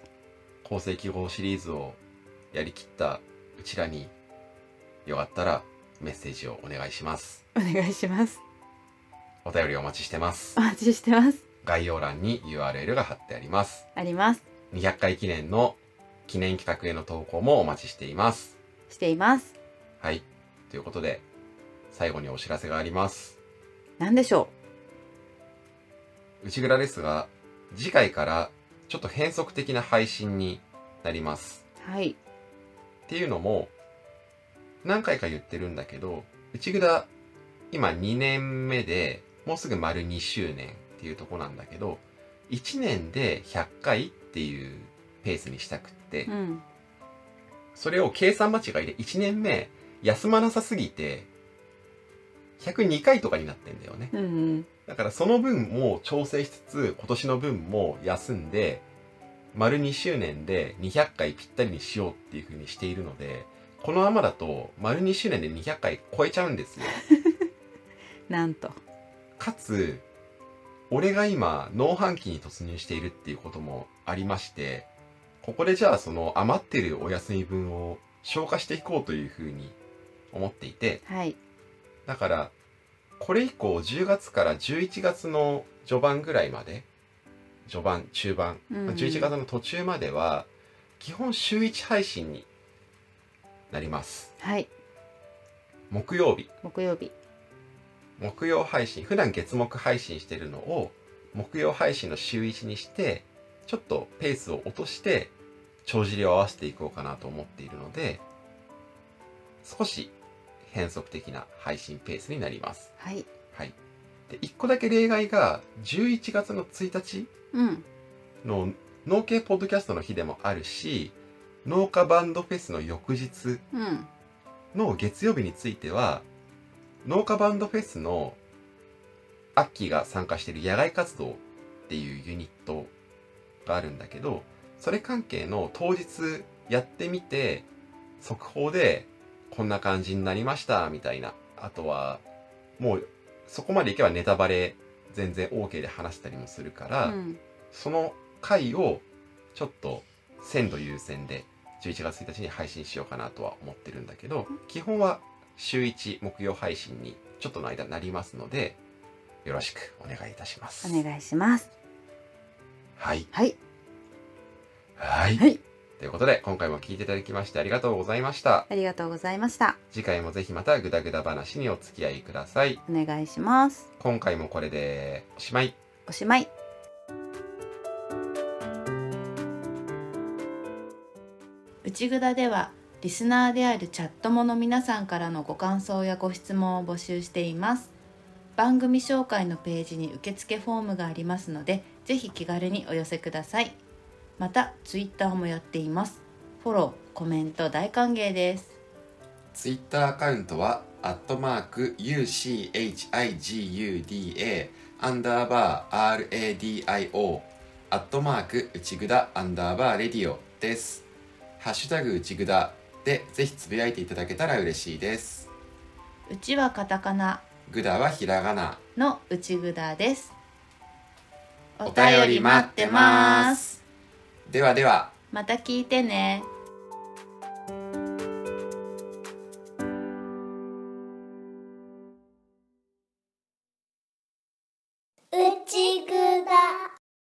[SPEAKER 2] 構成記号シリーズをやりきったうちらによかったらメッセージをお願いします。
[SPEAKER 4] お願いします
[SPEAKER 2] お便りお待ちしてます
[SPEAKER 4] お。待ちしてます
[SPEAKER 2] 概要欄に URL が貼ってあります。
[SPEAKER 4] あります
[SPEAKER 2] 200回記念の記念企画への投稿もお待ちしています。
[SPEAKER 4] しています
[SPEAKER 2] はい。ということで、最後にお知らせがあります。
[SPEAKER 4] 何でしょ
[SPEAKER 2] 内蔵ですが、次回からちょっと変則的な配信になります。
[SPEAKER 4] うはい
[SPEAKER 2] っていうのも、何回か言ってるんだけど、内蔵、今2年目で、もうすぐ丸2周年っていうとこなんだけど、1年で100回っていうペースにしたくって、
[SPEAKER 4] うん
[SPEAKER 2] それを計算間違いで1年目休まなさすぎて、102回とかになってんだよね。
[SPEAKER 4] うんうん
[SPEAKER 2] だからその分も調整しつつ、今年の分も休んで、丸2周年で200回ぴったりにしようっていう風にしているので、このままだと丸2周年で200回超えちゃうんですよ。
[SPEAKER 4] なんと
[SPEAKER 2] かつ、俺が今、農繁期に突入しているっていうこともありまして、ここでじゃあその余ってるお休み分を消化していこうというふうに思っていて、
[SPEAKER 4] はい
[SPEAKER 2] だから、これ以降10月から11月の序盤ぐらいまで、序盤、中盤、
[SPEAKER 4] うん
[SPEAKER 2] 11月の途中までは、基本週1配信になります。
[SPEAKER 4] はい
[SPEAKER 2] 木曜日。
[SPEAKER 4] 木曜日
[SPEAKER 2] 木曜配信普段月木配信してるのを木曜配信の週1にしてちょっとペースを落として帳尻を合わせていこうかなと思っているので少し変則的な配信ペースになります。
[SPEAKER 4] はい
[SPEAKER 2] はい、で1個だけ例外が11月の1日
[SPEAKER 4] うん
[SPEAKER 2] の農系ポッドキャストの日でもあるし農家バンドフェスの翌日
[SPEAKER 4] うん
[SPEAKER 2] の月曜日については農家バンドフェスのアッキーが参加している野外活動っていうユニットがあるんだけどそれ関係の当日やってみて速報でこんな感じになりましたみたいなあとはもうそこまでいけばネタバレ全然 OK で話したりもするか
[SPEAKER 4] う
[SPEAKER 2] ら、
[SPEAKER 4] ん
[SPEAKER 2] その回をちょっと鮮度優先で11月1日に配信しようかなとは思ってるんだけど基本は週1木曜配信にちょっとの間なりますのでよろしくお願いいたします。
[SPEAKER 4] お願いします
[SPEAKER 2] はい。
[SPEAKER 4] はい
[SPEAKER 2] はい。
[SPEAKER 4] はい
[SPEAKER 2] ということで今回も聞いていただきましてありがとうございました。
[SPEAKER 4] ありがとうございました
[SPEAKER 2] 次回もぜひまたグダグダ話にお付き合いください。
[SPEAKER 4] お願いします
[SPEAKER 2] 今回もこれでおしまい。
[SPEAKER 4] おしまい
[SPEAKER 1] 内ぐだではリスナーであるチャットもの皆さんからのご感想やご質問を募集しています番組紹介のページに受付フォームがありますのでぜひ気軽にお寄せくださいまたツイッターもやっていますフォローコメント大歓迎です
[SPEAKER 2] ツイッターアカウントは、アットマーク UCHIGUDA アンダーバー RADIO アットマーク内ぐだアンダーバーレディオです。ハッシュタグ内ぐだでぜひつぶやいていただけたら嬉しいです。
[SPEAKER 1] うちはカタカナ
[SPEAKER 2] ぐだはひらがな。
[SPEAKER 1] の内ぐだです
[SPEAKER 2] お便り待ってますではでは。
[SPEAKER 1] また聞いてね